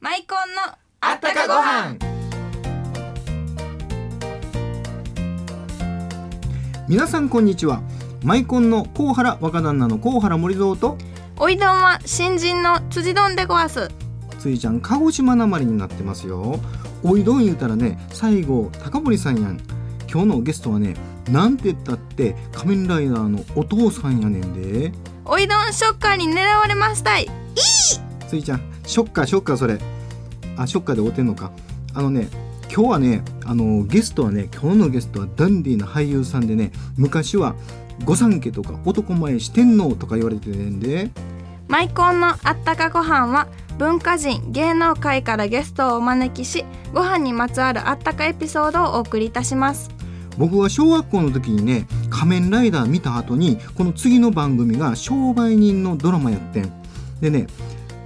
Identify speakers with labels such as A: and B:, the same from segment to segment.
A: マイコンの
B: あったかご飯
C: 皆さんこんにちはマイコンの高原若旦那の高原森蔵と
A: おいどんは新人の辻どんでごわす
C: ついちゃん鹿児島なまりになってますよおいどん言うたらね最後高森さんやん今日のゲストはねなんて言ったって仮面ライダーのお父さんやねんで
A: おいどんショッカーに狙われましたい
C: ついちゃんショッカーショッカーそれあショッカーで追ってんのかあのね今日はねあのゲストはね今日のゲストはダンディーな俳優さんでね昔は御三家とか男前四天王とか言われてるんで
A: マイコンのあったかご飯は文化人芸能界からゲストをお招きしご飯にまつわるあったかエピソードをお送りいたします
C: 僕は小学校の時にね「仮面ライダー」見た後にこの次の番組が商売人のドラマやってんでね「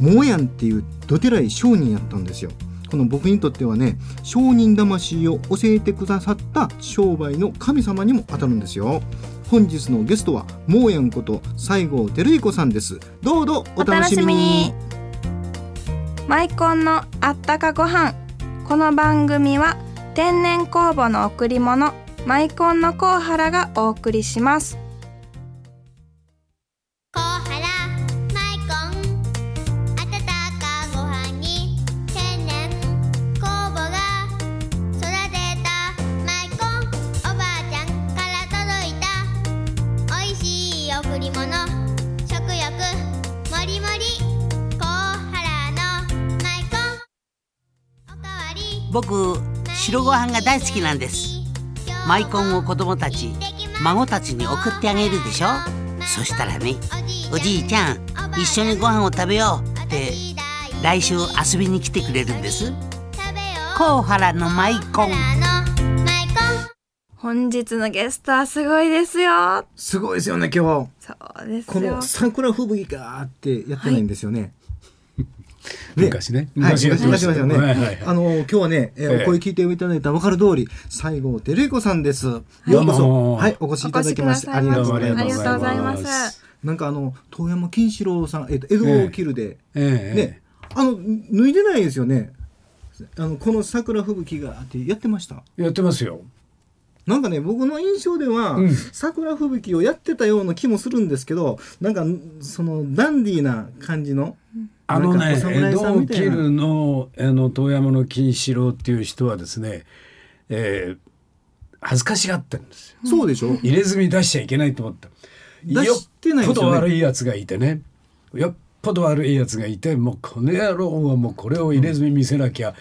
C: モーヤン」っていうどてらい商人やったんですよこの僕にとってはね商人魂を教えてくださった商売の神様にも当たるんですよ本日のゲストはモーヤンこと西郷輝彦さんですどうぞお楽しみに
A: マイコンのあったかご飯この番組は天然酵母の贈り物マイコンのコウハラがお送りします
D: コハラマイコン温かご飯に天然酵母が育てたマイコンおばあちゃんから届いたおいしい贈り物食欲もりもりコハラのマイコンおかわり
B: 僕白ご飯が大好きなんですマイコンを子供たち孫たちに送ってあげるでしょそしたらねおじいちゃん一緒にご飯を食べようって来週遊びに来てくれるんですコウハラのマイコン
A: 本日のゲストはすごいですよ
C: すごいですよね今日
A: そうですよ
C: この桜吹雪がーってやってないんですよね、ね
E: 昔ね。
C: はい、昔
E: やって
C: ましたよね。
E: はいはいはい
C: あの今日はね、えー
E: ええ
C: お声聞いていただいた分かる通り、西郷照彦さんです。ようこ
E: どう
C: そ、
E: も
C: はい、お越しいただきましてありがとうござい
E: どうも
C: ま。
E: ありがとうございます
A: ありがとうござい
E: す
A: ます。
C: なんかあの遠山金四郎さん、えっ、と江戸を切るで、
E: ええ
C: ね、あの脱いでないですよね。あのこの桜吹雪があってやってました。
E: やってますよ。
C: なんかね僕の印象では、
E: うん
C: 桜吹雪をやってたような気もするんですけど、なんかそのダンディーな感じの、
E: あの
C: なん
E: ね、
C: かお
E: 江
C: 侍
E: 戸
C: さん
E: を
C: みたい
E: 切
C: な
E: るの、あの遠山の金四郎っていう人はですね。えー恥ずかしがってるんですよ。
C: そうでしょ。
E: 入れ墨出しちゃいけないと思った。
C: 出してないです
E: よっ
C: よね
E: ぽど悪いやつがいてね。よっぽど悪いやつがいて、もうこの野郎はもうこれを入れ墨見せなきゃ。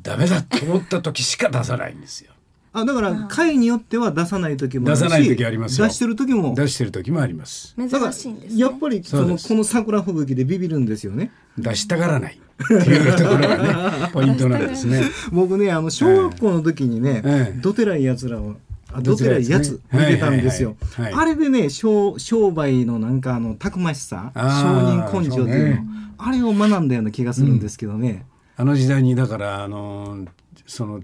E: ダメだと思った時しか出さないんですよ。
C: あだから回によっては出さない時もあるし
E: 出さない時ありますよ
C: 出してる時も
E: 出してる時もあります。
C: だから
A: 珍しいんですね
C: やっぱりそ
E: そう
C: の
E: です
C: この桜吹雪でビビるんですよね
E: 出したがらない。っていうところが ね、ポイントなんですね。
C: 僕ねあの小学校の時にね、
E: ええ
C: どてらいやつらをあど
E: ど
C: て
E: て
C: ら
E: ら
C: い
E: い
C: や
E: や
C: つ
E: つ
C: 見
E: ね
C: てたんですよ、
E: はいはいはい
C: あれでね商商売のなんかあのたくましさ
E: あー
C: 商人根性っていうの
E: そうね
C: あれを学んだような気がするんですけどね、
E: あの時代にだからあのその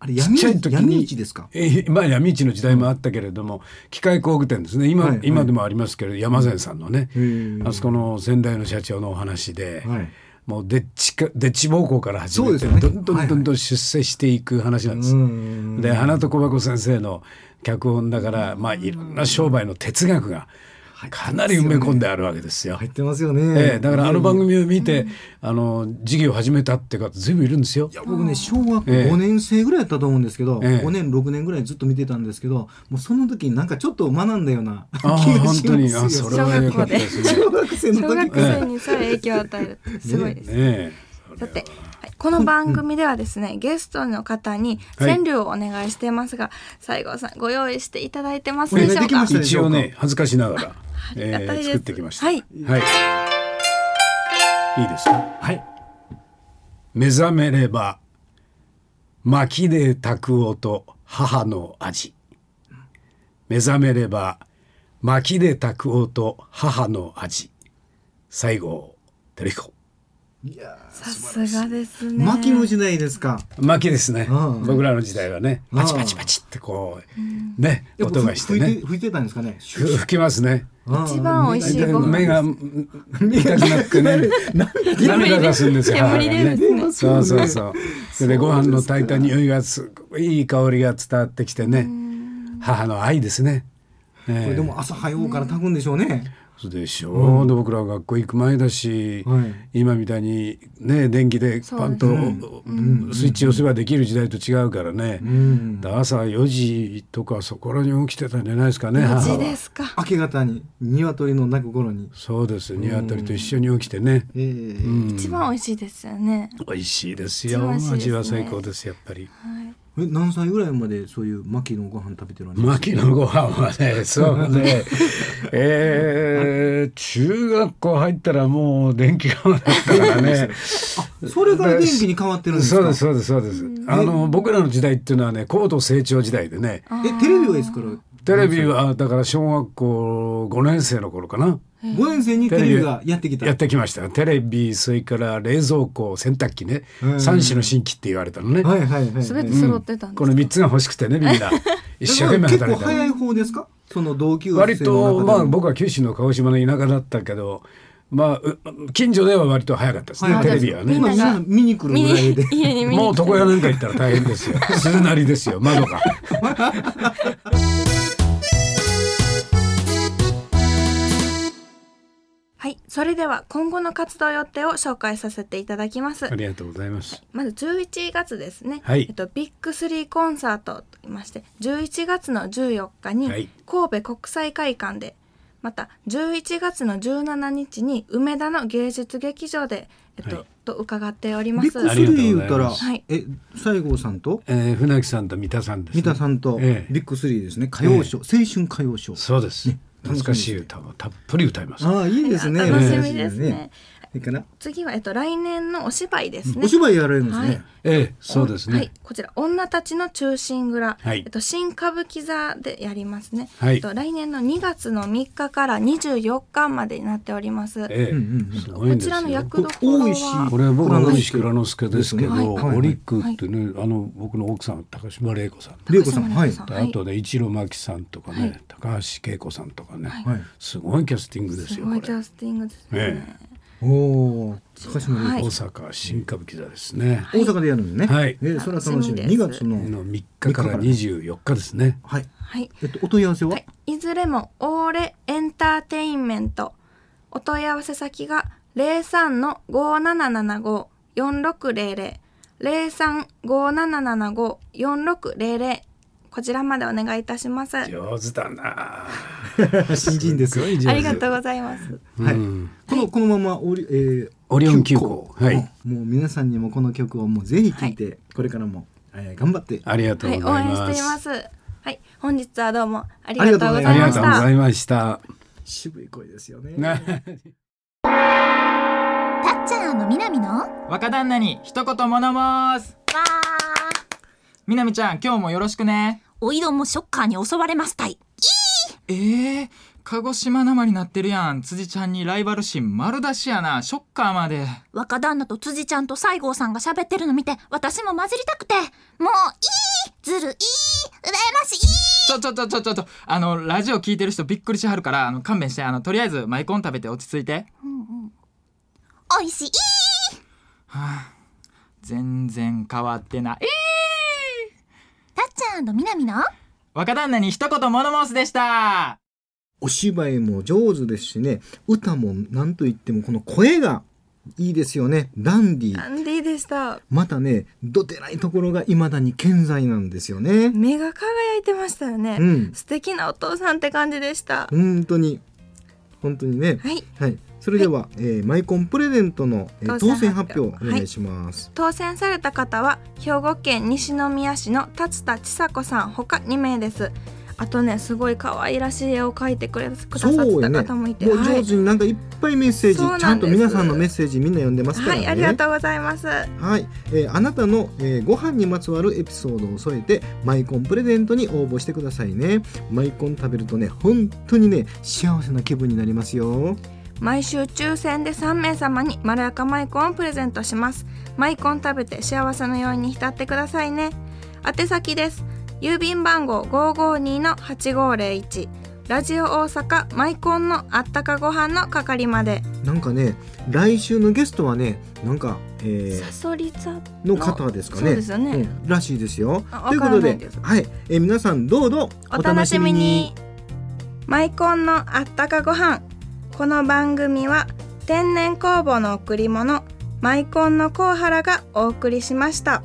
C: あれ
E: ちっ
C: 闇
E: ちゃい時に
C: 闇市ですか
E: え まあ闇市の時代もあったけれども、機械工具店ですね今、
C: はいはい
E: 今でもありますけど山善さんのね
C: へー
E: あそこの先代の社長のお話で、
C: はい
E: もうでっちかでっち奉公から始めて、
C: そうです
E: ど
C: よね
E: んどんどんどん出世していく話なんです。
C: うん
E: で花と小箱先生の脚本だから、まあ、いろんな商売の哲学がかなり埋め込んであるわけですよ。
C: 入ってますよね、
E: ええだからあの番組を見て、あの事業を始めたって方ずいぶんいるんですよ。
C: 僕ね小学校
E: ええ
C: 5年生ぐらいだったと思うんですけど、
E: ええ
C: 5年6年ぐらいずっと見てたんですけどもうその時になんかちょっと学んだような気
E: ああ
C: がします
E: 本当に
C: よ
E: あそれは良かったですね。
C: 小学生
A: 小
C: の時
A: 学
C: から
A: 生にさえ影響を与えるってすごいです、
E: ね
A: さてはいこの番組ではですね、ゲストの方に川柳をお願いしていますが、西郷さんご用意していただいてますでしょう
C: お願
A: か
C: いできまし
E: え、一応ね恥ずかしながら、
A: りがたいです
E: 作ってきました。
A: はい
E: はいいいですか。
C: はい
E: 目覚めれば薪で炊く音母の味。目覚めれば薪で炊く音母の味。西郷照彦。
C: いや
A: さすがです
C: ー
A: ね
C: 牧の時代ですか
E: 巻きですね、
C: うん
E: 僕らの時代はね
C: うん
E: パチパチパチってこうね
C: やっぱ
E: 音がして
C: 吹い
E: ね
C: て吹いてたんですかねシュッ
E: 吹きますね
A: 一番美味しいご
E: 目
A: 飯
E: が見たくなくね涙がするんですよ
A: 煙出る煙出るんです
E: そうそうそうそれでご飯の炊いた匂いがすごいいい香りが伝わってきてね母の愛ですね
C: こ
E: え
C: れで
E: え
C: も朝早うから炊くんでしょうね、
E: そうでしょうで僕らは学校行く前だし
C: は
E: 今みたいにね電気でパンとスイッチを押せばできる時代と違うからね
C: ん
E: だから朝4時とかそこらに起きてたんじゃないですかね
A: 無
E: 母
A: 事
E: は
A: ですか
C: 明け方に鶏の鳴く頃に、
E: そうです鶏と一緒に起きてね
C: えー
E: うん
A: 一番美味しいですよね
E: 美味しいです
A: 一
E: よ
A: 番美味しいです
E: 味
A: ね
E: は最高ですやっぱり
C: え何歳ぐらいまでそういう牧のご飯食べてるんですか
E: 牧野ご飯はねそう ねえー、中学校入ったらもう電気釜だったから ね
C: それから電気に変わってるんですか
E: そうですそうですそうですあの僕らの時代っていうのはね高度成長時代でね
C: えテレビはいつから
E: テレビはだから小学校5年生の頃かな
C: 5年生にテレビがやってきた
E: やってきましたテレビそれから冷蔵庫洗濯機ね
C: うん
E: 三種の新規って言われたのね
C: はいはいはい、はい、
A: すべて揃ってたんです
E: この3つが欲しくてねみんな一生懸命
C: 結構
E: 働いた
C: 早い方ですかその同級生の中
E: 割
C: で
E: とまあ
C: も
E: 僕は九州の鹿児島の田舎だったけどまあう近所では割と早かったですね、
C: はい
E: テレビはね
C: 今みんな見に来る
A: 見
C: ぐらいで
A: に家に見に
E: もう床屋なんか行ったら大変ですよ鈴なりですよ窓が
A: はいそれでは今後の活動予定を紹介させていただきます
E: ありがとうございます
A: まず11月ですね、
E: はい
A: えっと、ビッグスリーコンサートと言いまして11月の14日
E: はい
A: に神戸国際会館で、また11月の17日に梅田の芸術劇場で、えっと
E: はい
A: と伺っておりま
C: ビッ
A: す
C: グ。スリー言ったら、
A: はい
C: え西郷さんと
E: えー、船木さんと三田さんです、ね、
C: 三田さんと
E: ええ
C: ビッグスリーですね歌謡ショー、青春歌謡ショー
E: そうです、
C: ね
E: 懐かしい歌をたっぷり歌います
C: ああいいですね
A: 楽しみですね
C: いいかな
A: 次は、えっと、来年のお芝居ですね。
C: お芝居やられるんですね、
A: はい
E: ええそうですね、
A: はい、こちら女たちの忠臣蔵、
E: はい
A: えっと新歌舞伎座でやりますね。
E: はい
A: えっと来年の2月の3日から24日までになっております。
E: ええ
C: うんうんうん
E: すごい
A: こ
E: んで
A: ち
E: す
A: らの
E: よ
A: 役どころ
C: 大石
A: は
E: これは僕
C: 蔵
E: の
C: 之
E: 大
C: 介
E: 石蔵之介ですけど、
A: はい
C: はい
E: オリックってね、あの僕の奥さん高島玲子さん
C: 玲子さん
A: 高島玲子
C: はい
E: あとね一路真紀さんとかね、
A: はい
E: 高橋恵子さんとかね、
C: はい
E: すごいキャスティングです
A: す
E: よ
A: ごい
E: こ
A: キ
E: れ
A: ャスティングですね。
E: え
C: おお高島
E: 大
A: い
C: 礼
E: 阪新歌舞伎座ですね、
C: 子、大阪でやるんですね、
E: はい
C: ええそれは楽
A: 楽し
C: しみ
A: みです
C: 2月の
E: の3日から24日ですね
C: はい
A: はい、
C: えっとお問い合わせは、
A: はい、いずれもオーレエンターテインメントお問い合わせ先が零三の五七七五四六零零零三五七七五四六零零こちらまでお願いいたします。あ
E: 上手だ な
C: 新人です
E: ごい上手
A: りがとうございます。
C: はい
E: うん
C: このこのままオリ、えー、
E: オリオン急行はい
C: もう皆さんにもこの曲をもうぜひ聴いて、これからも、えー頑張って
E: ありがとう
A: は
E: ご
A: い、応
E: ざい
A: 援
E: ます、
A: しています。はい、本日はどうもありがとうござ
E: あ
A: い
E: り
A: ま
E: が
A: し
E: とうご
A: た
E: ざ。いました
C: 渋い声ですよね。
D: たっちゃんのみなみのわ
F: 若旦那に一言物申す
D: ー
F: みなみちゃん今日もよろしくね
D: おいどんもショッカーに襲われましたい
F: えー、鹿児島なまりなってるやん辻ちゃんにライバル心丸出しやなショッカーまで
D: 若旦那と辻ちゃんと西郷さんが喋ってるの見て私も混じりたくてもういいずるいい羨ましい
F: ちょちょちょちょちょちょあのラジオ聞いてる人びっくりしはるからあの勘弁してあのとりあえずマイコン食べて落ち着いて
D: おいしい
F: 全然変わってないえー
D: たっちゃんのみなみの
F: 若旦那に一言物申すでした
C: お芝居も上手ですしね、歌もなんといってもこの声がいいですよね。ダンディ
A: ア
C: ー。
A: ンディでした。
C: またね、どてないところが未だに健在なんですよね。
A: 目が輝いてましたよね。
C: うん
A: 素敵なお父さんって感じでした。
C: 本当に、本当にね。
A: はい、
C: はい。それでは、えーマイコンプレゼントの、えー
A: 当
C: 当選
A: 選
C: 発
A: 発
C: 表
A: 表
C: お願いします。
A: 当選された方は兵庫県西宮市の達田千佐子さん他2名です。あとねすごい可愛らしい絵を描いてくれくださってた方もいて、
C: もう
A: は
C: 上
A: い、
C: 手になんかいっぱいメッセージ、
A: そうなんで
C: ち
A: す
C: ゃんと皆さんのメッセージみんな読んでますから
A: は
C: ね。
A: い、ありがとうございます。
C: はい、えーあなたの、えーご飯にまつわるエピソードを添えてマイコンプレゼントに応募してくださいねマイコン食べるとね本当にね幸せな気分になりますよ
A: 毎週抽選で3名様にまろやかマイコンをプレゼントしますマイコン食べて幸せのように浸ってくださいね宛先です郵便番号552-8501ラジオ大阪マイコンのあったかご飯の係まで
C: なんかね来週のゲストはねなんか、えー
A: サソリ座
C: の方ですかね。
A: そうですよね、
C: うんらしいですよ。
A: あ
C: ということ
A: わからな
C: で
A: いです
C: はい、えー皆さんどうぞ
A: お楽しみにマイコンのあったかご飯この番組は天然酵母の贈り物マイコンのコウハラがお送りしました。